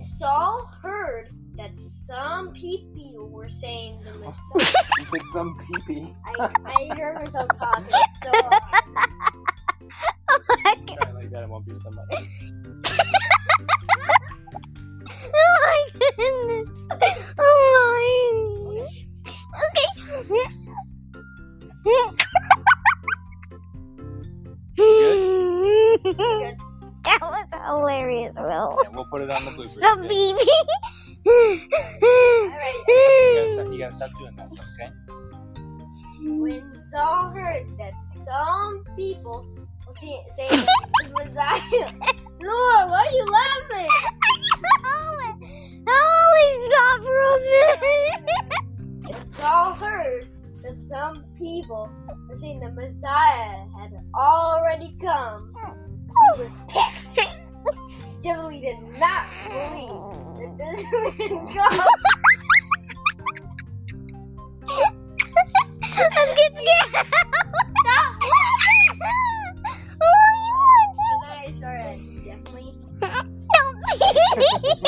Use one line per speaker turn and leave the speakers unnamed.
Saul heard that some people were saying the Messiah.
You said some peepee.
I, I heard myself talking so hard.
Try it like that, it won't be so much.
Oh my goodness. Oh my. Okay. that was hilarious, Will.
Yeah, we'll put it on the bloopers.
The
Okay?
baby.
Alright,
You, gotta stop, you gotta stop doing that, okay?
when Saul heard that some people were saying, saying the Messiah, Lord, why are you laughing?
Holy stop for
When Saul heard that some people were saying the Messiah had already come, he was ticked. Definitely did not believe that this would go.
Let's get scared.
Sorry, sorry, I definitely
Don't be.